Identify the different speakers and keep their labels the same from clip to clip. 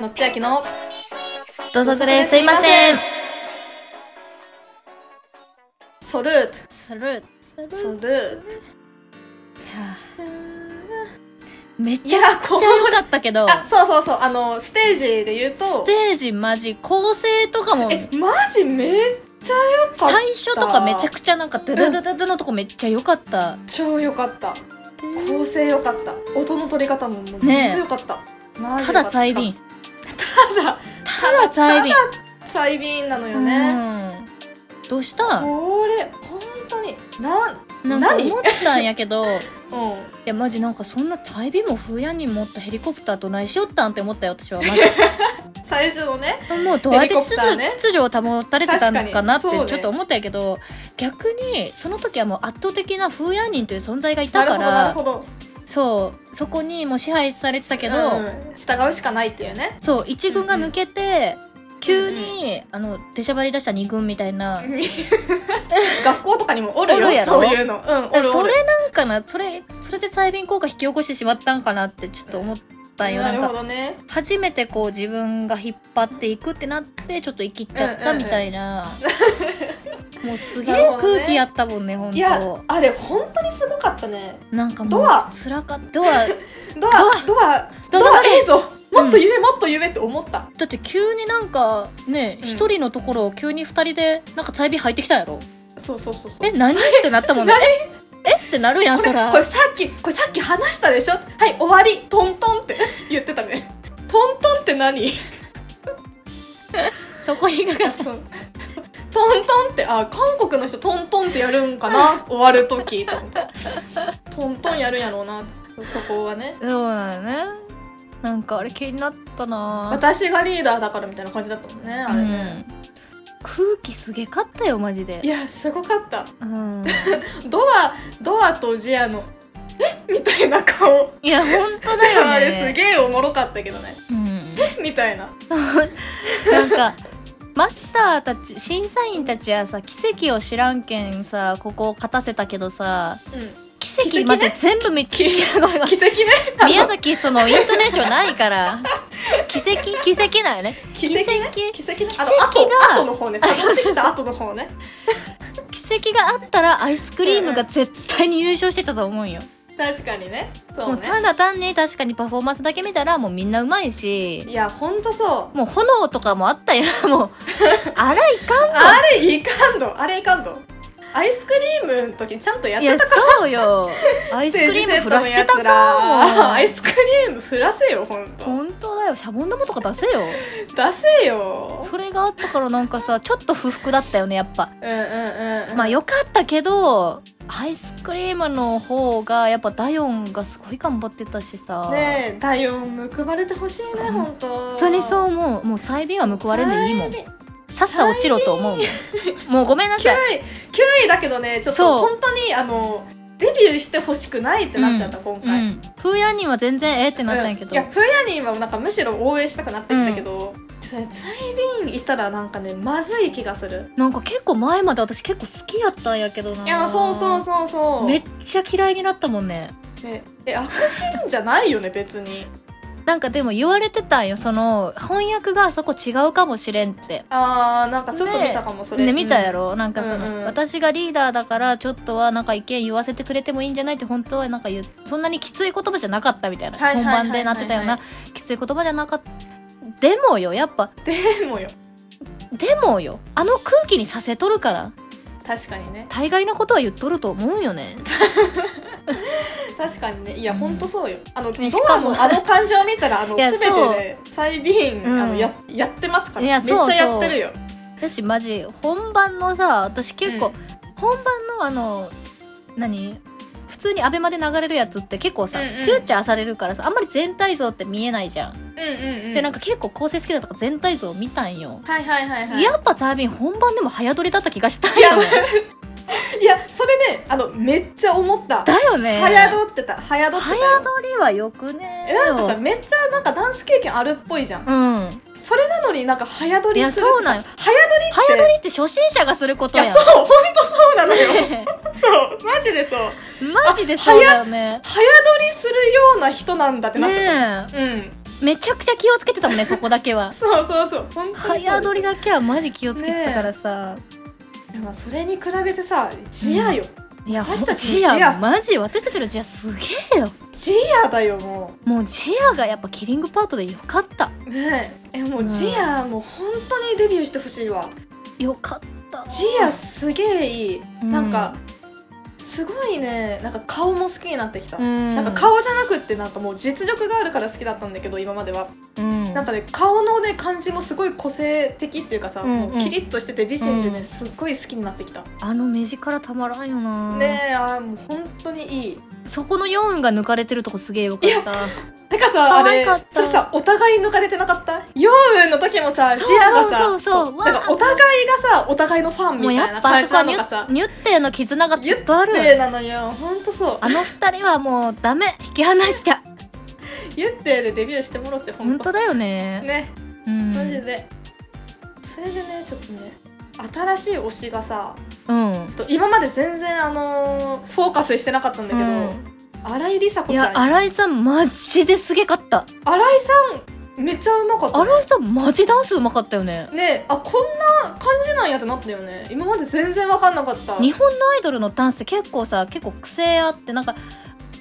Speaker 1: の千秋の
Speaker 2: 土足ですいません
Speaker 1: ソルート
Speaker 2: スルースル
Speaker 1: ソ
Speaker 2: ー
Speaker 1: ルート
Speaker 2: めっ
Speaker 1: い
Speaker 2: ちゃ
Speaker 1: やこ
Speaker 2: めっちゃ良かったけど
Speaker 1: あそうそうそうあのステージで言うと
Speaker 2: ステージマジ構成とかも
Speaker 1: えマジめっちゃ良かった
Speaker 2: 最初とかめちゃくちゃなんかダダダダダのとこめっちゃ良かった
Speaker 1: 超良かった構成良かった音の取り方ももう全部
Speaker 2: ねえ
Speaker 1: 良かった、マジ良か
Speaker 2: た
Speaker 1: った
Speaker 2: だ在便
Speaker 1: ただ
Speaker 2: ただ在便
Speaker 1: 細便なのよね、
Speaker 2: うんどうした
Speaker 1: これ本当になん
Speaker 2: なんか
Speaker 1: 何
Speaker 2: 思ったんやけどい
Speaker 1: うん
Speaker 2: やマジなんかそんな在便も風やに持ったヘリコプターと何しよったんって思ったよ私はマジ
Speaker 1: 最初のね
Speaker 2: もうどうやっ
Speaker 1: ヘ
Speaker 2: て
Speaker 1: リコプ
Speaker 2: 秩
Speaker 1: ター
Speaker 2: 序,、
Speaker 1: ね
Speaker 2: 秩序を保たれてたのかなっ
Speaker 1: 確
Speaker 2: て
Speaker 1: かにそうね
Speaker 2: ちょっと思ったんやけど、逆にその時はもう圧倒的な風ヤ人という存在がいた
Speaker 1: な
Speaker 2: か
Speaker 1: る
Speaker 2: ら
Speaker 1: ほどなるほど
Speaker 2: そうそこにもう支配されてたけど、
Speaker 1: うん従うしかないっていう ね
Speaker 2: そう一軍が抜けて、急
Speaker 1: う
Speaker 2: に、あの出しゃばり出した二軍みたいな、だ
Speaker 1: 学校とかにもおる
Speaker 2: お
Speaker 1: よ
Speaker 2: るやろ
Speaker 1: そういうのうんお
Speaker 2: から
Speaker 1: るお
Speaker 2: そ
Speaker 1: る
Speaker 2: れなんかなそれそれで催便効果引き起こしてしまったんかなってちょっと思ったんよ、
Speaker 1: な
Speaker 2: なん
Speaker 1: るほ
Speaker 2: か
Speaker 1: どね
Speaker 2: 初めてこう自分が引っ張っていくってなってちょっと生きっちゃったみたいな、もうすげえ
Speaker 1: なるほどね
Speaker 2: 空気やったもんねほん
Speaker 1: いや
Speaker 2: と
Speaker 1: あれ本当にすごかったね
Speaker 2: なんかもう
Speaker 1: ドア
Speaker 2: つらかったドア
Speaker 1: ドアドア
Speaker 2: ドア
Speaker 1: ドア
Speaker 2: ドア
Speaker 1: 映像もっと夢、もっと夢って思った
Speaker 2: だって急になんかね
Speaker 1: うん
Speaker 2: 一、人のところを急に二人でなんか催便入ってきたやろ
Speaker 1: そうそうそうそう
Speaker 2: え何ってなっ たもんねええってなるやん
Speaker 1: こ
Speaker 2: そ
Speaker 1: れ
Speaker 2: ら
Speaker 1: これさっきこれさっき話したでしょはい終わりトントンって 言ってたねトントンって 何
Speaker 2: そこにかか
Speaker 1: そうトントンってあ韓国の人トントンってやるんか な終わる時と思ってトントンやるんやろうなそこはね
Speaker 2: そうなのねなんかあれ気になったな
Speaker 1: 私がリーダーだからみたいな感じだったもんねあれね、
Speaker 2: うん空気すげかったよマジで
Speaker 1: いやすごかった
Speaker 2: うん
Speaker 1: ドアドアとジアのえみたいな顔
Speaker 2: いや本当だよね
Speaker 1: あれすげえおもろかったけどね
Speaker 2: うん
Speaker 1: みたいな
Speaker 2: なんかマスターたち審査員たちはさ奇跡を知らんけんさここを勝たせたけどさ
Speaker 1: うん
Speaker 2: 奇
Speaker 1: 奇跡ね
Speaker 2: 跡まで全部見て、ごめんごめん
Speaker 1: 奇跡ね
Speaker 2: 宮崎そのイントネーションないから奇跡奇跡なんよね
Speaker 1: 奇跡ね
Speaker 2: 奇
Speaker 1: 奇跡ね
Speaker 2: 奇
Speaker 1: あ
Speaker 2: 跡
Speaker 1: の
Speaker 2: が
Speaker 1: 後後の方ね辿ってきた後の方ね
Speaker 2: 奇跡があったらアイスクリームが絶対に優勝してたと思うんよ
Speaker 1: 確かにねそ
Speaker 2: も
Speaker 1: う
Speaker 2: う
Speaker 1: ね
Speaker 2: ただ単に確かにパフォーマンスだけ見たらもうみんなうまいし
Speaker 1: いやほんとそう
Speaker 2: もう炎とかもあったよも うあらいかん
Speaker 1: あれいかんどあれいかんどアイスクリームの時にちゃんとやっ
Speaker 2: い
Speaker 1: て
Speaker 2: や
Speaker 1: た
Speaker 2: そうよアイスクリームふらしてたかも
Speaker 1: アイスクリーム振らせよほんと
Speaker 2: 本当だよシャボン玉とか出せよ
Speaker 1: 出せよ
Speaker 2: それがあったからなんかさちょっと不服だったよねやっぱ
Speaker 1: うんうんうん
Speaker 2: まあよかったけどアイスクリームの方がやっぱダヨンがすごい頑張ってたしさ、
Speaker 1: ねえ体温報われてほしいねほんと
Speaker 2: 本当にそうう思うもう催便は報われんでいいもん
Speaker 1: 9位
Speaker 2: さっさ落ちろと思うもんもうごめんなさい
Speaker 1: 九位だけどねちょっと
Speaker 2: そう
Speaker 1: 本当にあのデビューしてほしくないってなっちゃった、今
Speaker 2: う
Speaker 1: 回、
Speaker 2: んフーヤニンは全然ええってなったんやけ
Speaker 1: い
Speaker 2: ど、
Speaker 1: やフーヤニンはなんかむしろ応援したくなってきたけど、ちょっとねイビンいたらなんかねまずい気がする
Speaker 2: なんか結構前まで私結構好きやったんやけどない
Speaker 1: いやそうそうそうそう
Speaker 2: めっちゃ嫌いになったもんね
Speaker 1: ねえ悪変じゃないよね別に
Speaker 2: なんかでも言われてたんよその翻訳があそこ違うかもしれんって
Speaker 1: あーなんかちょっと見たかもそれ、
Speaker 2: ね見たや
Speaker 1: ろ、
Speaker 2: ろ、なんかその、
Speaker 1: うんうん
Speaker 2: 私がリーダーだからちょっとはなんか意見言わせてくれてもいいんじゃないって本当はなんか言うそんなにきつい言葉じゃなかったみたいな
Speaker 1: はいはい
Speaker 2: 本
Speaker 1: はいはい
Speaker 2: 番でなってたようなきつい言葉じゃなかったでもよやっぱ
Speaker 1: でもよ
Speaker 2: でもよあの空気にさせとるから
Speaker 1: 確かにね
Speaker 2: 大概のことは言っとると思うんよね
Speaker 1: 確かにねいや、
Speaker 2: うん
Speaker 1: ほんとそうよあのド
Speaker 2: ねしか
Speaker 1: ア
Speaker 2: も
Speaker 1: のあの感情を見たらあの
Speaker 2: いや
Speaker 1: 全てで催眠、
Speaker 2: うん
Speaker 1: あのややってますから
Speaker 2: いや
Speaker 1: めっちゃやってるよ
Speaker 2: 私マジ本番のさ私結構、
Speaker 1: うん
Speaker 2: 本番のあの何普通にアベマで流れるやつって結構さ、
Speaker 1: うんうん
Speaker 2: フューチャーされるからさあんまり全体像って見えないじゃん、
Speaker 1: うんうんうん
Speaker 2: でなん
Speaker 1: か
Speaker 2: か結構構成好きだとか全体像見たんよ、
Speaker 1: はいはいはいはい
Speaker 2: やっぱザービン本番でも早撮りだった気がしたん
Speaker 1: いや
Speaker 2: よね
Speaker 1: いやそれねあのめっちゃ思った
Speaker 2: だよね
Speaker 1: 早撮ってた早撮ってたよ
Speaker 2: 早撮りはよくね
Speaker 1: えなんかさめっちゃなんかダンス経験あるっぽいじゃん、
Speaker 2: うん
Speaker 1: それなのになんか早撮りするって
Speaker 2: いやそうなんよ
Speaker 1: 早撮りっ
Speaker 2: 早
Speaker 1: て
Speaker 2: 撮りって初心者がすること
Speaker 1: い
Speaker 2: や
Speaker 1: や
Speaker 2: ん
Speaker 1: そうほんとそうなのよそうマジでそう
Speaker 2: マジでそうだよね
Speaker 1: 早撮りするような人なんだってなっちゃっ
Speaker 2: ね
Speaker 1: た、うん
Speaker 2: めちゃくちゃ気をつけてたもんねそこだけは
Speaker 1: そうそうそう本当にそうです
Speaker 2: 早撮りだけはマジ気をつけてたからさ、
Speaker 1: でもそれに比べてさジアよ、
Speaker 2: いや
Speaker 1: 私たち
Speaker 2: ジ
Speaker 1: のジ
Speaker 2: ア
Speaker 1: ア
Speaker 2: マジ私たちのジアすげえよ
Speaker 1: ジアだよも
Speaker 2: もうジアがやっぱキリングパートでよかった
Speaker 1: うねええも
Speaker 2: う
Speaker 1: うんジア、もう本当にデビューしてほしいわ
Speaker 2: よかった
Speaker 1: ジアすげえいい、
Speaker 2: うん
Speaker 1: なんかすごいねなんか顔も好きになってきた、
Speaker 2: うん
Speaker 1: なんか顔じゃなくってなんかもう実力があるから好きだったんだけど今までは、
Speaker 2: うん
Speaker 1: なんかね顔のね感じもすごい個性的っていうかさ、
Speaker 2: うんうん
Speaker 1: もうキリッとしてて美人でね、
Speaker 2: うん
Speaker 1: すっごい好きになってきた、
Speaker 2: あの目力たまらんよな、
Speaker 1: ねえあーもう本当にいい
Speaker 2: そこの4が抜かれてるとこすげえよかった
Speaker 1: てかさあ
Speaker 2: 可愛
Speaker 1: れ
Speaker 2: かった
Speaker 1: それさお互い抜かれてなかったヨウンの時もさジ
Speaker 2: そう
Speaker 1: アがさ
Speaker 2: そうそうそうわー
Speaker 1: なんかお互いがさお互いのファンみ
Speaker 2: もう
Speaker 1: たい
Speaker 2: や
Speaker 1: な
Speaker 2: っぱあ
Speaker 1: 感
Speaker 2: そ
Speaker 1: じ
Speaker 2: こは
Speaker 1: な
Speaker 2: ニ
Speaker 1: の
Speaker 2: ュ
Speaker 1: がさ
Speaker 2: ッニュッテの絆がず
Speaker 1: 言
Speaker 2: っとある
Speaker 1: ってなのよ本当そう
Speaker 2: あの二人はもうダメ引き離しちゃ
Speaker 1: 言ってでデビューしてもろって
Speaker 2: 本
Speaker 1: 本
Speaker 2: 当
Speaker 1: 当
Speaker 2: だよね
Speaker 1: ね
Speaker 2: うん
Speaker 1: マジでそれでねちょっとね新しい推しがさ
Speaker 2: うん
Speaker 1: ちょっと今まで全然あのーフォーカスしてなかったんだけど、
Speaker 2: うん
Speaker 1: 新井梨紗子
Speaker 2: い
Speaker 1: ちゃん
Speaker 2: や新井さんマジですげかった
Speaker 1: 新井さんめっちゃうまかった
Speaker 2: 新井さんマジダンスうまかったよね
Speaker 1: ねあこんな感じなんやってなったよね今まで全然分かんなかった
Speaker 2: 日本のアイドルのダンスって結構さ結構癖あってなんか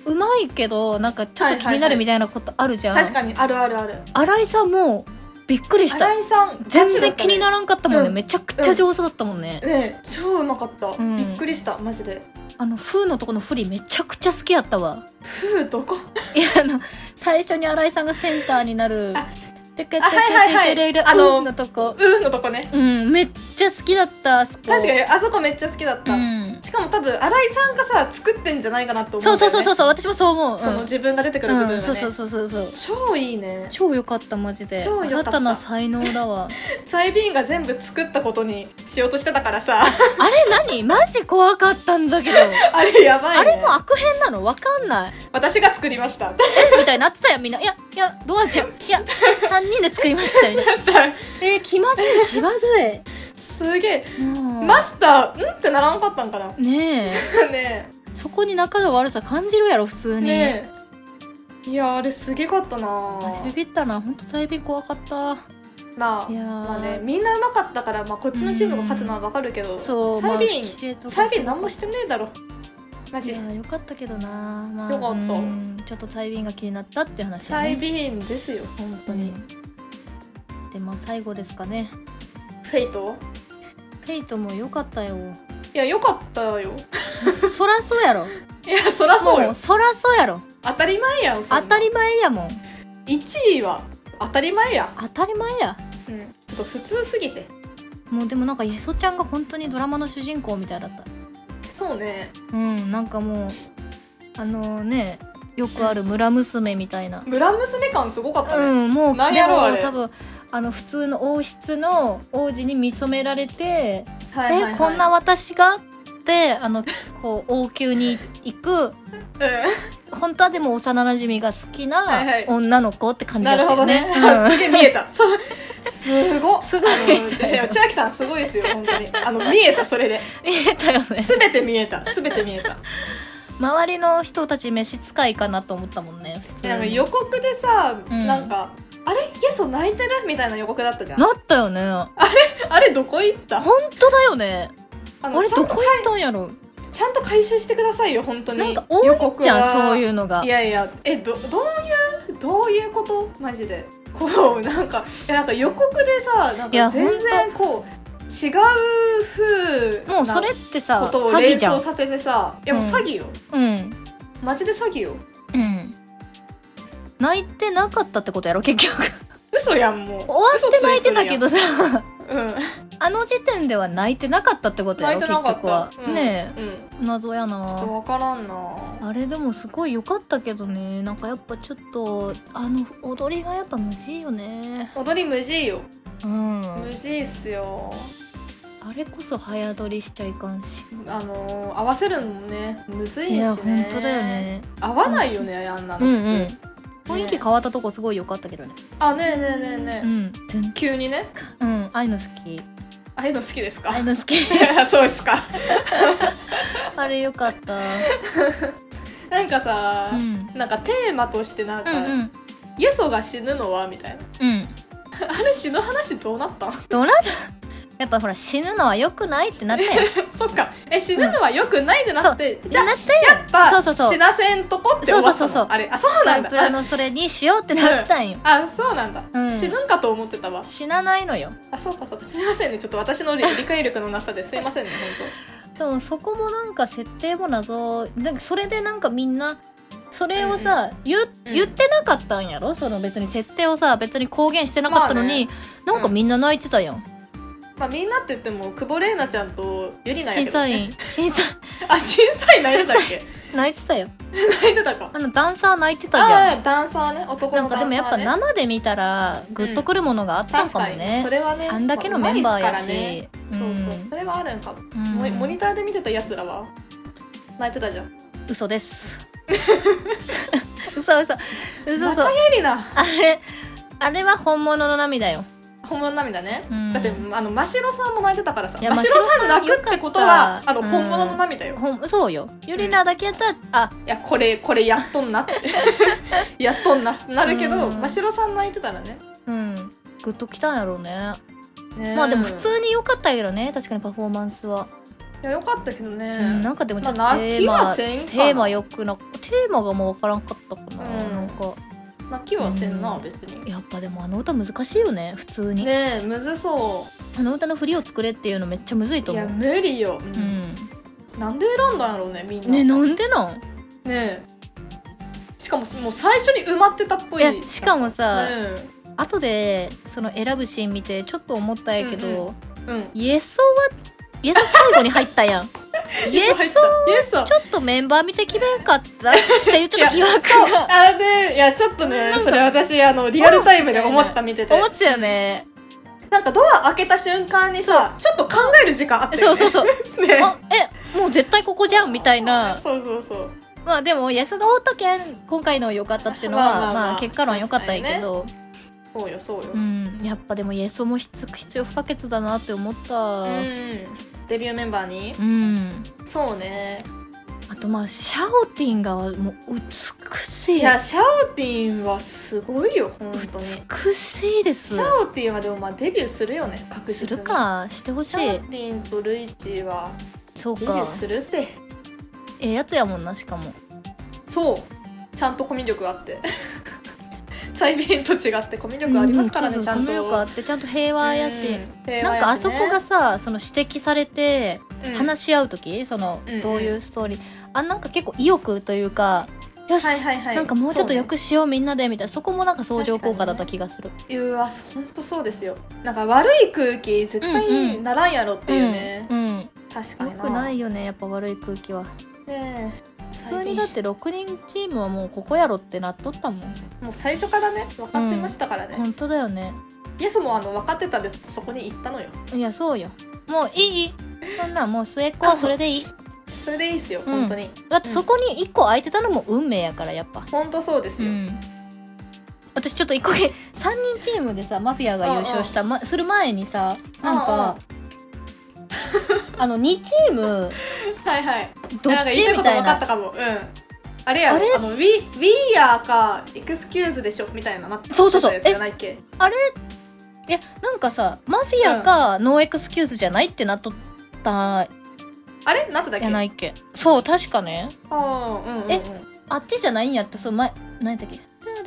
Speaker 2: うまいけどなんかちょっと気になるみたいなことあるじゃん、
Speaker 1: 確かにあるあるある
Speaker 2: 新井さんもうびっくりした
Speaker 1: 新井さん
Speaker 2: 全然気にな
Speaker 1: ら
Speaker 2: らんかったもんね、
Speaker 1: うん
Speaker 2: めちゃくちゃ上手だったもんね、
Speaker 1: ね超うまかった、
Speaker 2: ん
Speaker 1: びっくりしたマジで
Speaker 2: あのフーのとこの振りめちゃくちゃ好きやったわ
Speaker 1: ふうどこ
Speaker 2: いやあの最初に新井さんがセンターになる
Speaker 1: あ
Speaker 2: 「てかてか
Speaker 1: あはいはいはい
Speaker 2: てかいろいろ
Speaker 1: あの
Speaker 2: うんのとこ
Speaker 1: うーのとこね
Speaker 2: うんめっちゃ好きだったあそこ
Speaker 1: 確かにあそこめっちゃ好きだった、
Speaker 2: うん
Speaker 1: しかも多分新井さんがさ作ってんじゃないかなと思
Speaker 2: そううん
Speaker 1: だ
Speaker 2: そ
Speaker 1: よ
Speaker 2: う
Speaker 1: ね
Speaker 2: そうそうそう私もそう思う、うん、
Speaker 1: その自分が出てくる部分が
Speaker 2: う
Speaker 1: ね、
Speaker 2: ん、そうそうそうそうそう
Speaker 1: 超いいね
Speaker 2: 超良かったマジで
Speaker 1: 超良かった
Speaker 2: 新たな才能 だわ
Speaker 1: サイビーンが全部作ったことにしようとしてたからさ
Speaker 2: あれ何マジ怖かったんだけど、
Speaker 1: あれやばい、ね、
Speaker 2: あれも悪変なのわかんない
Speaker 1: 私が作りましたって
Speaker 2: みたいになってたよみんないやいやドアちゃんいや3人で作りましたよ
Speaker 1: 言
Speaker 2: ね
Speaker 1: いました
Speaker 2: えー、気まずい気まず
Speaker 1: すげえ
Speaker 2: い、うん
Speaker 1: マスターんってならんかったんかな
Speaker 2: ねえ
Speaker 1: ね
Speaker 2: そこに仲の悪さ感じるやろ普通
Speaker 1: え
Speaker 2: に、
Speaker 1: ねえいやあれすげかったな
Speaker 2: マジビビったな本当大便怖かった
Speaker 1: まあ
Speaker 2: いやー
Speaker 1: まあねみんなうまかったから、まあ、こっちのチームが勝つのはわかるけど
Speaker 2: そう
Speaker 1: サイビ
Speaker 2: まあ
Speaker 1: ー
Speaker 2: キレと
Speaker 1: ン
Speaker 2: か
Speaker 1: サイビーン何もしてねえだろマ
Speaker 2: い
Speaker 1: ジ
Speaker 2: やよかったけどな、まあ、
Speaker 1: よかった
Speaker 2: うんちょっと大便が気になったっていう話だ
Speaker 1: サ
Speaker 2: ね
Speaker 1: イビーンですよ本当に、
Speaker 2: うんでまあ最後ですかね
Speaker 1: フェイト
Speaker 2: フェイトも良かったよ
Speaker 1: いやよかったよ
Speaker 2: そらそうやろ
Speaker 1: いやそら そう
Speaker 2: も
Speaker 1: よ
Speaker 2: うそらそうやろ
Speaker 1: 当たり前やんそん
Speaker 2: 当
Speaker 1: な
Speaker 2: たり前やもん
Speaker 1: 1位は当たり前や、
Speaker 2: 当たり前や
Speaker 1: うん、ちょっと普通すぎて
Speaker 2: もうでもなんかへそちゃんが本当にドラマの主人公みたいだった
Speaker 1: そうね
Speaker 2: うんなんかもうあのねよくある村娘みた いな
Speaker 1: 村娘感すごかったね、
Speaker 2: うんもう
Speaker 1: なん
Speaker 2: で
Speaker 1: やろあ
Speaker 2: も
Speaker 1: れ
Speaker 2: 多分あの普通の王室の王子に見初められて
Speaker 1: は
Speaker 2: 「
Speaker 1: いはいはい
Speaker 2: えこんな私が?」ってあのこう王宮に行く
Speaker 1: う
Speaker 2: 本当はでも幼なじみが好きな
Speaker 1: はいはい
Speaker 2: 女の子って感
Speaker 1: ん、
Speaker 2: じだ
Speaker 1: な
Speaker 2: った
Speaker 1: るほど
Speaker 2: よね
Speaker 1: ね。すげえ見えた。そうすごっ
Speaker 2: すごい
Speaker 1: あのでも千秋さんすごいですよ本当に。あの見えたそれで。
Speaker 2: うん、見えたよ ね
Speaker 1: すべて見えた。すべて見えた。
Speaker 2: 周りの人たち召使いかなと思ったもんね普通
Speaker 1: であの
Speaker 2: に
Speaker 1: 予告でさ、
Speaker 2: うん
Speaker 1: なんかあれイエソ泣いてるみたいな予告だったじゃん。
Speaker 2: なったよね
Speaker 1: あれどこ行った？
Speaker 2: 本当だよね
Speaker 1: あの
Speaker 2: あれ
Speaker 1: ちゃ
Speaker 2: ど
Speaker 1: んと
Speaker 2: こ行ったんやろ
Speaker 1: ちゃんと回収してくださいよ本当に。
Speaker 2: なんか多いじゃんそういう
Speaker 1: う。
Speaker 2: のが
Speaker 1: いやいやえどどういうどういうことマジで。こうなんかいやなんか予告でさなん
Speaker 2: いや
Speaker 1: か全然こう違う風な
Speaker 2: もうそれってさ
Speaker 1: ことを
Speaker 2: 詐欺
Speaker 1: 連
Speaker 2: じゃ
Speaker 1: 想
Speaker 2: ん
Speaker 1: させてさいやもう詐欺よ、
Speaker 2: うん
Speaker 1: マジで詐欺よ
Speaker 2: うん泣いてなかったってことやろ結局
Speaker 1: 嘘やんもう
Speaker 2: 終わって泣いてたけどさ
Speaker 1: 嘘ついてるやん
Speaker 2: あの時点では泣いてなかったってこと
Speaker 1: うん
Speaker 2: や
Speaker 1: 泣
Speaker 2: ろ
Speaker 1: いて
Speaker 2: 結
Speaker 1: なか
Speaker 2: 局は
Speaker 1: っ、た、うん、
Speaker 2: ね
Speaker 1: うん
Speaker 2: え謎や
Speaker 1: ちょっと
Speaker 2: な
Speaker 1: わからんな
Speaker 2: あれでもすごい良かったけどねなんかやっぱちょっとあの踊りがやっぱむずいよね
Speaker 1: 踊り無事よ
Speaker 2: うんあ
Speaker 1: 無事っすよ
Speaker 2: れこそ早撮りしちゃいかんし
Speaker 1: あのー合わせるのもねむずいし
Speaker 2: い
Speaker 1: ね
Speaker 2: や本当だよね
Speaker 1: 合わないよね、あんなの
Speaker 2: うんうん
Speaker 1: 普通
Speaker 2: 雰囲気変わったとこすごい良かったけどね
Speaker 1: あねえねえねえねえ、
Speaker 2: うん全然
Speaker 1: 急にね
Speaker 2: うん愛の好き
Speaker 1: ああいうの好きですか
Speaker 2: 愛の好き
Speaker 1: そうですか
Speaker 2: あれ良か った
Speaker 1: なんかさ、
Speaker 2: うん
Speaker 1: なんかテーマとしてなんか、
Speaker 2: うんうん
Speaker 1: 「イエソが死ぬのは?」みたいな
Speaker 2: うん
Speaker 1: 「あれ死ぬ話どうなったん?
Speaker 2: どなたやっぱほら死ぬのは良くないってなって」
Speaker 1: そっかえ死ぬのはよくないってなって、じゃあ
Speaker 2: なって
Speaker 1: やっぱ
Speaker 2: そうそうそう
Speaker 1: 死なせんとこって思ったの
Speaker 2: そうそうそうそう
Speaker 1: あれあそう
Speaker 2: ガ
Speaker 1: なん
Speaker 2: イ
Speaker 1: だ
Speaker 2: プラのそれにしようってなったんよ
Speaker 1: ああそうなんだ、
Speaker 2: うん
Speaker 1: 死ぬんかと思ってたわ
Speaker 2: 死なないのよ
Speaker 1: あそうかそうかすみませんねちょっと私の理理解力のなさですいませんね
Speaker 2: でもそこもなんか設定も謎なんかそれでなんかみんなそれをさ、言言ってなかったんやろその別に設定をさ別に公言してなかったのに、なんかみんな泣いてたやん、
Speaker 1: 本当まあみんなって言っても久保玲奈ちゃんとゆりなや
Speaker 2: 審
Speaker 1: けど、
Speaker 2: 査
Speaker 1: ね、
Speaker 2: 員 審査
Speaker 1: あ審査員泣いてたっけ
Speaker 2: 泣いてたよ
Speaker 1: 泣いてたか
Speaker 2: あのダンサー泣いてたじゃん
Speaker 1: ああダンサーね男
Speaker 2: なん
Speaker 1: のダンサー、ね、
Speaker 2: かでもやっぱ生で見たらグッとくるものがあったん
Speaker 1: 確
Speaker 2: かも
Speaker 1: かに、
Speaker 2: ね
Speaker 1: そ、れはね
Speaker 2: あんだけのメンバーやし、
Speaker 1: まあうまいっすからね、そうそうそれはあるんかも、
Speaker 2: うん
Speaker 1: モニモ
Speaker 2: うん
Speaker 1: ニターで見てたやつらは泣いてたじゃん
Speaker 2: 嘘です 嘘嘘嘘
Speaker 1: ま
Speaker 2: 嘘
Speaker 1: たゆりな
Speaker 2: あれあれは本物の涙よ
Speaker 1: 本物の涙ね、
Speaker 2: うん
Speaker 1: だってあの真白さんも泣いてたからさ
Speaker 2: い
Speaker 1: 真
Speaker 2: や
Speaker 1: 白さん泣くってことはあ
Speaker 2: 真白さん
Speaker 1: の
Speaker 2: よかった
Speaker 1: 本物の涙よ、い
Speaker 2: ほんそうよゆりなだけやったら、あ
Speaker 1: やこれこれやっとんなって やっとんななるけど、
Speaker 2: うん
Speaker 1: 真白さん泣いてたらね
Speaker 2: うんグッときたんやろうね、
Speaker 1: ね
Speaker 2: まあでも普通に良かったけどね確かにパフォーマンスは、
Speaker 1: いやよかったけどね、
Speaker 2: うんなんかでもちょっと
Speaker 1: まあ
Speaker 2: テーマ、
Speaker 1: 泣きはせんかな
Speaker 2: テーマよくなテーマがもう分からんかったかな、
Speaker 1: うん
Speaker 2: なんか
Speaker 1: 泣きはせんな、
Speaker 2: うん
Speaker 1: 別に
Speaker 2: やっぱでもあの歌難しいよね普通に、
Speaker 1: ねえむずそ
Speaker 2: あの歌の振りを作れっていうのめっちゃむずいう
Speaker 1: い
Speaker 2: と思
Speaker 1: や
Speaker 2: う
Speaker 1: 無理よ、うん
Speaker 2: うん
Speaker 1: なんで選んだんやろうねみんな
Speaker 2: ねなんでなん
Speaker 1: ねえしかももう最初に埋まってたっぽい
Speaker 2: いやしかもさ
Speaker 1: う
Speaker 2: 後でその選ぶシーン見てちょっと思ったんやけど、
Speaker 1: うんんうん
Speaker 2: イエソはイエソ最後に入ったやんイエ ソ
Speaker 1: イエスそう
Speaker 2: ちょっとメンバー見て決めんかったっていうちょっと疑惑が
Speaker 1: あでいやちょっとね
Speaker 2: なんか
Speaker 1: それ私あのリアルタイムで思ってた見てて
Speaker 2: 思ってたよね
Speaker 1: なんかドア開けた瞬間にさちょっと考える時間あった
Speaker 2: そ
Speaker 1: よ
Speaker 2: う
Speaker 1: ね
Speaker 2: そうそう
Speaker 1: そう ね
Speaker 2: あえもう絶対ここじゃんみたいな
Speaker 1: そうそうそう
Speaker 2: まあでも安田太田健今回の良かったっていうのは
Speaker 1: ま
Speaker 2: ま
Speaker 1: あ
Speaker 2: あ、
Speaker 1: まあまあ
Speaker 2: 結果論良かったんやけど、
Speaker 1: そうよそうよ
Speaker 2: う、んやっぱでもイエスも必必要不可欠だなって思った
Speaker 1: う
Speaker 2: うん、
Speaker 1: んデビューメンバーにそうね
Speaker 2: あとまあシャオティンがもう美しい
Speaker 1: いやシャオティンはすごいよ本当にシ
Speaker 2: 美しいです
Speaker 1: ャオティンはでもまあデビューするよね確
Speaker 2: す
Speaker 1: 実に
Speaker 2: るかしてほし
Speaker 1: シャ
Speaker 2: い
Speaker 1: オティンとルイチは
Speaker 2: そう
Speaker 1: デビュ
Speaker 2: か
Speaker 1: ーするって
Speaker 2: ええやつやもんなしかも
Speaker 1: そうちゃんとコミュ力あって サイビーンと違ってコミュ力ありますからね、
Speaker 2: う
Speaker 1: ちゃんと
Speaker 2: そうそうコミュ力あってちゃんと平和やし、
Speaker 1: うん平和
Speaker 2: なん
Speaker 1: や
Speaker 2: かあ
Speaker 1: しね
Speaker 2: そこがさその指摘されて
Speaker 1: うん
Speaker 2: 話し合う時、その
Speaker 1: うんうん
Speaker 2: どういうストーリー、あなんか結構意欲というかよし、
Speaker 1: はいはいはい
Speaker 2: なんかもうちょっとよくしようみんなでみたいなそこもなんか相乗効果だった気がする、
Speaker 1: そうねうわほんとそうですよなんか悪い空気絶対
Speaker 2: うんう
Speaker 1: にならんやろっていうね、
Speaker 2: うん、うん、
Speaker 1: 確か
Speaker 2: よ
Speaker 1: にな
Speaker 2: くないよねやっぱ悪い空気は
Speaker 1: ねえ
Speaker 2: 普通にだって6人チームはもうここやろってなっとったもん
Speaker 1: もう最初からね分かってましたからね、
Speaker 2: 本当だよね
Speaker 1: イエスもあの分かってたんでそこに行ったのよ
Speaker 2: いやそうよもういいそんなんもう末っ子はそれでいい
Speaker 1: それでいいっすよ、
Speaker 2: うん
Speaker 1: 本当に
Speaker 2: だってそこに1個空いてたのも運命やからやっぱ
Speaker 1: 本当そうですよ、
Speaker 2: うん、私ちょっと一個3 人チームでさマフィアが優勝した、ま、する前にさなんか あの2チーム
Speaker 1: はいはい
Speaker 2: どっ
Speaker 1: なんか言いたいこ
Speaker 2: ちみ
Speaker 1: と
Speaker 2: た
Speaker 1: 分
Speaker 2: い
Speaker 1: かっ
Speaker 2: な
Speaker 1: たかもうんあれやろ
Speaker 2: あれ
Speaker 1: の We, We are か Excuse でしょみたいななって
Speaker 2: そうそうそう
Speaker 1: なってたやつじゃないっけ
Speaker 2: あれいやなんかさマフィアかノーエクスキューズじゃないってなっとった
Speaker 1: あれなってたっけ
Speaker 2: やないっけそう確かね
Speaker 1: あーうんうんうん
Speaker 2: えあっちじゃないんやったそう前何だっけ
Speaker 1: どっ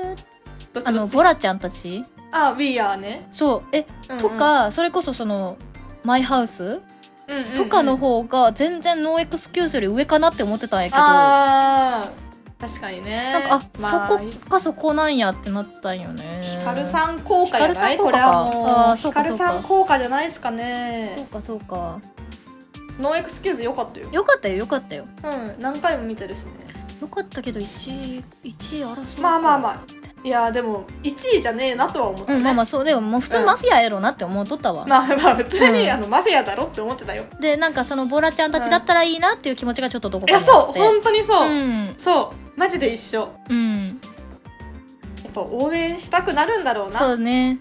Speaker 2: あ
Speaker 1: ちど
Speaker 2: の
Speaker 1: っち
Speaker 2: ボラちゃんたち
Speaker 1: あ We are ね、
Speaker 2: そうえ、
Speaker 1: うんうん
Speaker 2: とかそれこそそのマイハウス
Speaker 1: うんうんうん
Speaker 2: とかの方が全然ノーエクスキューズより上かなって思ってたんやけど、
Speaker 1: あー確かにね
Speaker 2: なんかあ、
Speaker 1: まあ
Speaker 2: そこかそこなんやってなったんよね
Speaker 1: ヒカルさん効果じゃない
Speaker 2: ヒカ
Speaker 1: こ
Speaker 2: ル
Speaker 1: れ
Speaker 2: さ
Speaker 1: は
Speaker 2: ん効果か
Speaker 1: も
Speaker 2: あ
Speaker 1: う
Speaker 2: ーそ
Speaker 1: ヒ
Speaker 2: うか
Speaker 1: カルさん効果じゃないですかね
Speaker 2: そうかそうか
Speaker 1: ノーエクスキューズ良かったよ
Speaker 2: よかったよよかったよ
Speaker 1: うん何回も見てるしね
Speaker 2: よかったけど1位1位争う
Speaker 1: まあまあま
Speaker 2: あ
Speaker 1: あいやでも1位じゃねえなとは思った、
Speaker 2: う
Speaker 1: ね
Speaker 2: ん、まあまあそうでももう普通マフィアやろうなって思うとったわ、
Speaker 1: まあまあ普通に、
Speaker 2: うん
Speaker 1: あのマフィアだろって思ってたよ
Speaker 2: でなんかそのボラちゃんたちだったらいいなっていう気持ちがちょっとどこ
Speaker 1: い
Speaker 2: かにあ
Speaker 1: や
Speaker 2: っ
Speaker 1: そ
Speaker 2: て
Speaker 1: う本当にそう、
Speaker 2: うん
Speaker 1: そうマジで一緒
Speaker 2: うん
Speaker 1: やっぱ応援したくなるんだろうな
Speaker 2: そうね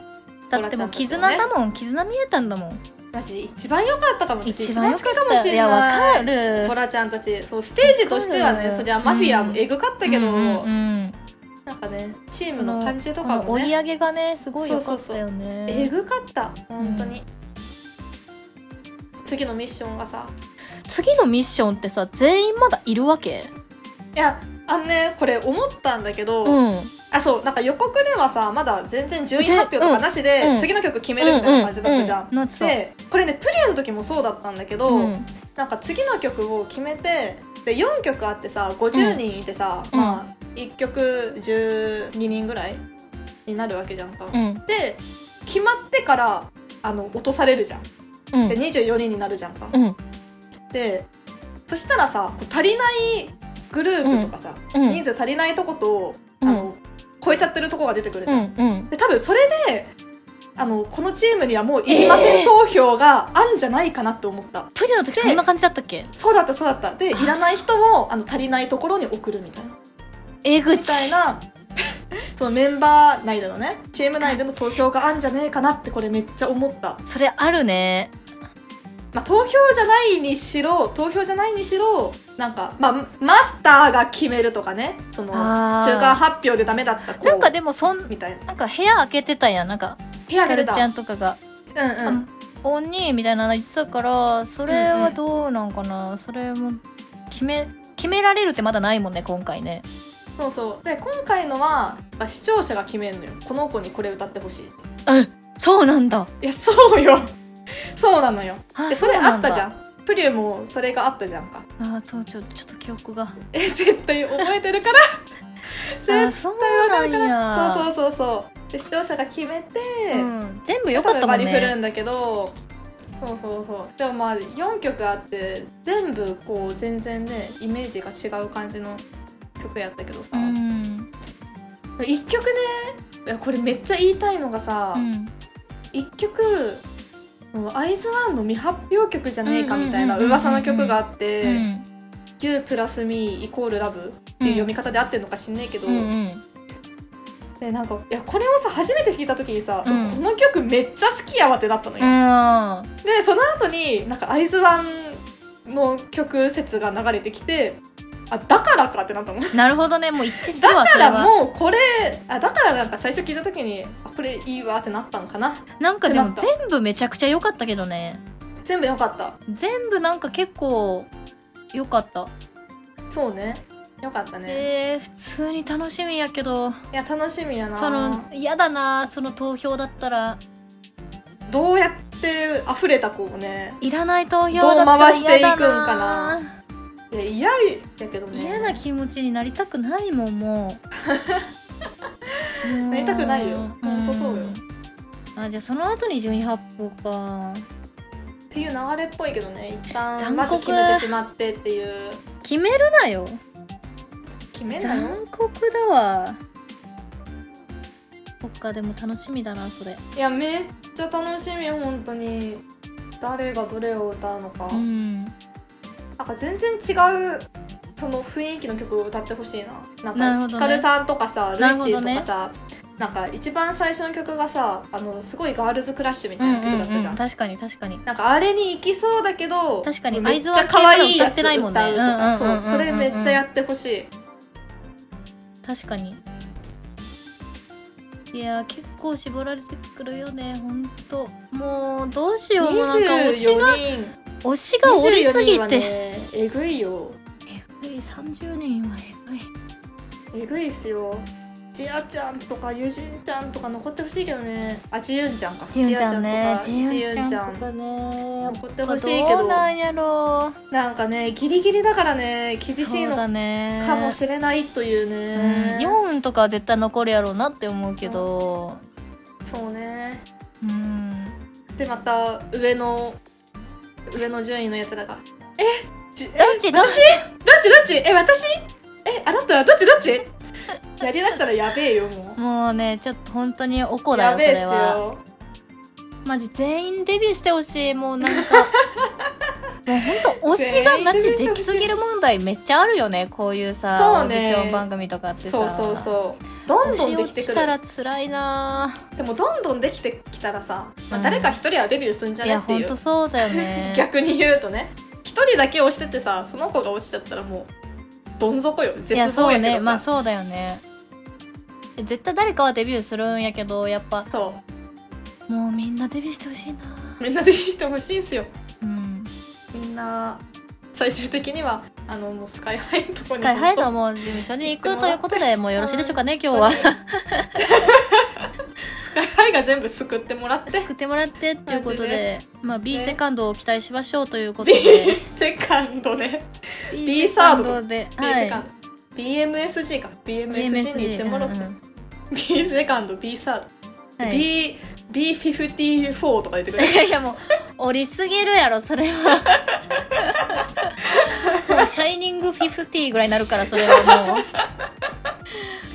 Speaker 2: だってもう
Speaker 1: ボラちゃんたち
Speaker 2: 絆
Speaker 1: もね
Speaker 2: だもん絆見えたんだもん
Speaker 1: マジで一番良かったかも私
Speaker 2: 一
Speaker 1: 一番
Speaker 2: 番良
Speaker 1: 好
Speaker 2: かっ
Speaker 1: きかも
Speaker 2: た
Speaker 1: し
Speaker 2: い
Speaker 1: れ
Speaker 2: やわ
Speaker 1: ない
Speaker 2: かる
Speaker 1: ボラちゃんたちそうステージとしては
Speaker 2: わか
Speaker 1: ね
Speaker 2: る
Speaker 1: そりゃマフィアも
Speaker 2: うん
Speaker 1: えぐかったけど、
Speaker 2: うんうんうん
Speaker 1: なんかねチームの感じとか
Speaker 2: この
Speaker 1: も
Speaker 2: 追い
Speaker 1: ね
Speaker 2: 上げがねすごい良かったよ
Speaker 1: え
Speaker 2: ね
Speaker 1: ぐかった本当に、次のミッションがさ
Speaker 2: 次のミッションってさ全員まだいるわけ
Speaker 1: いやあのねこれ思ったんだけど、
Speaker 2: うん
Speaker 1: あそうなんか予告ではさまだ全然順位発表とかなしで、
Speaker 2: うんうん
Speaker 1: 次の曲決めるみたいな感じだったじゃん、
Speaker 2: うんうんうんなってた
Speaker 1: でこれねプリュの時もそうだったんだけど、
Speaker 2: うん
Speaker 1: なんか次の曲を決めてで4曲あってさ50人いてさ、
Speaker 2: うん
Speaker 1: まあ1曲12人ぐらいになるわけじゃんか、
Speaker 2: うん
Speaker 1: で決まってからあの落とされるじゃん
Speaker 2: うん
Speaker 1: で24人になるじゃんか、
Speaker 2: うん
Speaker 1: でそしたらさこう足りないグループとかさ、
Speaker 2: うん
Speaker 1: 人数足りないとこと、
Speaker 2: うん
Speaker 1: あの超えちゃってるとこが出てくるじ
Speaker 2: う
Speaker 1: ゃん、
Speaker 2: んうん
Speaker 1: で多分それであのこのチームにはもういりません投票があんじゃないかなって思った、
Speaker 2: プリの時そんな感じだったっけ
Speaker 1: そうだったそうだったでいらない人をあの足りないところに送るみたいな
Speaker 2: えぐ
Speaker 1: み
Speaker 2: ち
Speaker 1: たいな そのメンバー内でのねチーム内での投票があんじゃねえかなってこれめっちゃ思った、
Speaker 2: それあるね
Speaker 1: まあ、投票じゃないにしろ投票じゃないにしろなんか、まあ、マスターが決めるとかねその
Speaker 2: あー
Speaker 1: 中間発表でダメだった子
Speaker 2: なんかでもそん
Speaker 1: みたいな
Speaker 2: なんか部屋開けてたやんなんか
Speaker 1: 部屋
Speaker 2: カ
Speaker 1: が
Speaker 2: ル
Speaker 1: 出
Speaker 2: ち
Speaker 1: た
Speaker 2: ゃんとかが
Speaker 1: うんうん
Speaker 2: 「おに」みたいなの言ってたからそれはどうなんかな、それも決め決められるってまだないもんね今回ね
Speaker 1: そうそうで今回のはまあ視聴者が決めるのよこの子にこれ歌ってほしいって
Speaker 2: そうなんだ
Speaker 1: いやそうよ そうなのよ
Speaker 2: あ
Speaker 1: でそれあったじゃ
Speaker 2: ん
Speaker 1: んプリュもそれがあったじゃんか
Speaker 2: あそうちょちょっと記憶が
Speaker 1: え絶対覚えてるから
Speaker 2: あ
Speaker 1: 絶
Speaker 2: そう
Speaker 1: 対わか
Speaker 2: な
Speaker 1: るか
Speaker 2: んや
Speaker 1: らそうそうそうそうで視聴者が決めて、
Speaker 2: うん、全部良かったもん
Speaker 1: 多分バリ振る
Speaker 2: ね
Speaker 1: んだけどそうそうそうでもまあ4曲あって全部こう全然ねイメージが違う感じの曲やったけどさ、
Speaker 2: うん
Speaker 1: 一曲ねいやこれめっちゃ言いたいのがさ、
Speaker 2: うん
Speaker 1: 一曲もうアイズワンの未発表曲じゃねえかみたいな
Speaker 2: うんうんうんうんうん
Speaker 1: 噂の曲があって
Speaker 2: う
Speaker 1: 「
Speaker 2: ん
Speaker 1: You プラス Me イコールラブ」っていう読み方で合ってるのか知んねえけど、
Speaker 2: うんうん
Speaker 1: でなんかいやこれをさ初めて聴いた時にさ、
Speaker 2: うん
Speaker 1: この曲めっちゃ好きやわってなったの
Speaker 2: う
Speaker 1: よ。
Speaker 2: ん
Speaker 1: でその後になんかアイズワンの曲説が流れてきてあだからかってなったの。
Speaker 2: なるほどねもう一致す
Speaker 1: だ
Speaker 2: るわ
Speaker 1: か
Speaker 2: それ
Speaker 1: ら
Speaker 2: は
Speaker 1: もうこれあだからなんか最初聞いた時にあこれいいわってなったんかな
Speaker 2: なんかでも
Speaker 1: ってなっ
Speaker 2: 全部めちゃくちゃ良かったけどね
Speaker 1: 全部良かった
Speaker 2: 全部なんか結構良かった
Speaker 1: そうね良かったね、
Speaker 2: えー、普通に楽しみやけど
Speaker 1: いや楽しみやな
Speaker 2: その嫌だなその投票だったら
Speaker 1: どうやって溢れた子をね
Speaker 2: いらない投票だったら嫌だな
Speaker 1: どう回していくんかないや嫌やけどね
Speaker 2: 嫌な気持ちになりたくないもんもう
Speaker 1: なりたくないよほんとそうよ
Speaker 2: んあじゃあその後に順位発表か
Speaker 1: っていう流れっぽいけどね一旦
Speaker 2: 残酷
Speaker 1: まず決めてしまってっていう
Speaker 2: 決めるなよ
Speaker 1: 決めんなよ
Speaker 2: 残酷だわそっかでも楽しみだなそれ
Speaker 1: いやめっちゃ楽しみ本当に誰がどれを歌うのか、
Speaker 2: うん
Speaker 1: なんか全然違うその雰囲気の曲を歌ってほしいなな
Speaker 2: なる
Speaker 1: ん
Speaker 2: ほ
Speaker 1: か
Speaker 2: ど
Speaker 1: ひか
Speaker 2: ね
Speaker 1: るさんとかさルイ
Speaker 2: なるほ
Speaker 1: チー
Speaker 2: ど
Speaker 1: と
Speaker 2: ね
Speaker 1: かさなんか一番最初の曲がさあのすごいガールズクラッシュみ
Speaker 2: う
Speaker 1: たい
Speaker 2: ん
Speaker 1: な曲だった
Speaker 2: うん
Speaker 1: じ
Speaker 2: う
Speaker 1: ゃん
Speaker 2: ん、確かに確かに
Speaker 1: なんかあれに行きそうだけど
Speaker 2: 確かに
Speaker 1: めっちゃ可愛いやつ歌うとか
Speaker 2: 会津若系とか歌ってないもんねうんうんうんうんう
Speaker 1: そ
Speaker 2: ん
Speaker 1: うそれめっちゃやってほしい
Speaker 2: 確かにいやー結構絞られてくるよねほんともうどうしようもうなんか推し
Speaker 1: 24
Speaker 2: が
Speaker 1: 人
Speaker 2: 推しがおりすぎ
Speaker 1: 24人は
Speaker 2: て、
Speaker 1: ねえぐいよ
Speaker 2: えぐい30人はえぐい
Speaker 1: えぐいっすよちあちゃんとかゆじんちゃんとか残ってほしいけどねあちゆんちゃんか
Speaker 2: じゆんちゃんね
Speaker 1: ち
Speaker 2: じ
Speaker 1: ゆん
Speaker 2: ゆんち
Speaker 1: ち
Speaker 2: ゃ
Speaker 1: ゃ
Speaker 2: ん
Speaker 1: ん
Speaker 2: とかねやっ
Speaker 1: 残って
Speaker 2: ぱ
Speaker 1: ほしいけ
Speaker 2: ど
Speaker 1: ど
Speaker 2: うなんやろ
Speaker 1: なんかねギリギリだからね厳しい
Speaker 2: そう
Speaker 1: の
Speaker 2: だね
Speaker 1: かもしれないというね、
Speaker 2: うん、4運とかは絶対残るやろうなって思うけど
Speaker 1: そうね
Speaker 2: うん
Speaker 1: でまた上の上の順位のやつらがえち
Speaker 2: どっちど
Speaker 1: ど
Speaker 2: っち
Speaker 1: っちどっちえ私えあなたどっちどっ ちやりだしたらやべえよも
Speaker 2: もうねちょっと本当におこ
Speaker 1: う
Speaker 2: だ
Speaker 1: や
Speaker 2: よそ
Speaker 1: べえっす
Speaker 2: れは
Speaker 1: よ
Speaker 2: マジ全員デビューしてほしいもうな んかもうほんと推しがマジできすぎる問題めっちゃあるよねこういうさ
Speaker 1: そう
Speaker 2: オー
Speaker 1: ね
Speaker 2: ディション番組とかってさ
Speaker 1: そうそうそうどんどんできて
Speaker 2: 推し落
Speaker 1: く
Speaker 2: ちた
Speaker 1: る
Speaker 2: ら辛いな
Speaker 1: でもどんどんできてきたらさ、ま
Speaker 2: う
Speaker 1: あ、
Speaker 2: ん
Speaker 1: 誰か一人はデビューすんじゃ
Speaker 2: い
Speaker 1: ね
Speaker 2: や
Speaker 1: って
Speaker 2: ほ
Speaker 1: い
Speaker 2: ん
Speaker 1: う
Speaker 2: とそうだよね
Speaker 1: 逆に言うとね一人だけ押しててさその子が落ちちゃったらもうどん底よ絶
Speaker 2: いやそ
Speaker 1: 望
Speaker 2: う
Speaker 1: やけどさ
Speaker 2: ねまあそうだよねえ絶対誰かはデビューするんやけどやっぱ
Speaker 1: そ
Speaker 2: もうみんなデビューしてほしいな
Speaker 1: うみんなでいい人欲しいんすよ
Speaker 2: うん
Speaker 1: みんな最終的にはあのもうスカイハイのとこ
Speaker 2: ス
Speaker 1: に
Speaker 2: カイハイのもう事務所に行くということでもうよろしいでしょうかね今 日は
Speaker 1: スカイハイが全部すくってもら って
Speaker 2: 救ってもらってっていうことで
Speaker 1: マジ
Speaker 2: まあ B
Speaker 1: ね
Speaker 2: セカンドを期待しましょうということ
Speaker 1: B
Speaker 2: で
Speaker 1: セカンドね
Speaker 2: B セ
Speaker 1: サ
Speaker 2: カ
Speaker 1: ード
Speaker 2: ンドで
Speaker 1: B
Speaker 2: は
Speaker 1: セ
Speaker 2: い
Speaker 1: カンド BMSG か BMSG に行ってもらって
Speaker 2: うんうん
Speaker 1: B セカンド B サード、
Speaker 2: はい
Speaker 1: B B54 とか言ってくれ
Speaker 2: いやいやもうおりすぎるやろそれ はもうシャイニング50ぐらいになるからそれはもう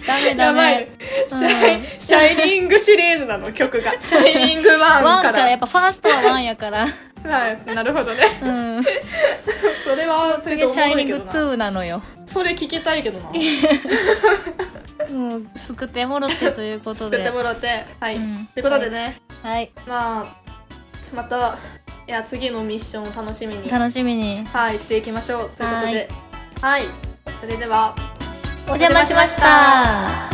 Speaker 2: ダメ ダ
Speaker 1: やばい
Speaker 2: メ、
Speaker 1: シャイシャイニングシリーズなの曲 がシャイニング
Speaker 2: ワ
Speaker 1: 1
Speaker 2: ン
Speaker 1: か
Speaker 2: かららやっぱファーストはワンやから
Speaker 1: はい、なるほどね
Speaker 2: うん
Speaker 1: それはそれで
Speaker 2: 次
Speaker 1: おも
Speaker 2: シャイ
Speaker 1: ろ
Speaker 2: ニ
Speaker 1: い
Speaker 2: ン
Speaker 1: け
Speaker 2: グ
Speaker 1: どな
Speaker 2: 2なのよ
Speaker 1: それ聞きたいけどな
Speaker 2: もう救ってもろってということ
Speaker 1: 作っ
Speaker 2: で
Speaker 1: てもらってはい、
Speaker 2: うん
Speaker 1: ということでね、
Speaker 2: はい
Speaker 1: まあまたいや次のミッションを楽しみに
Speaker 2: 楽しみに
Speaker 1: はいしていきましょうということではいそれでは
Speaker 2: お邪魔しました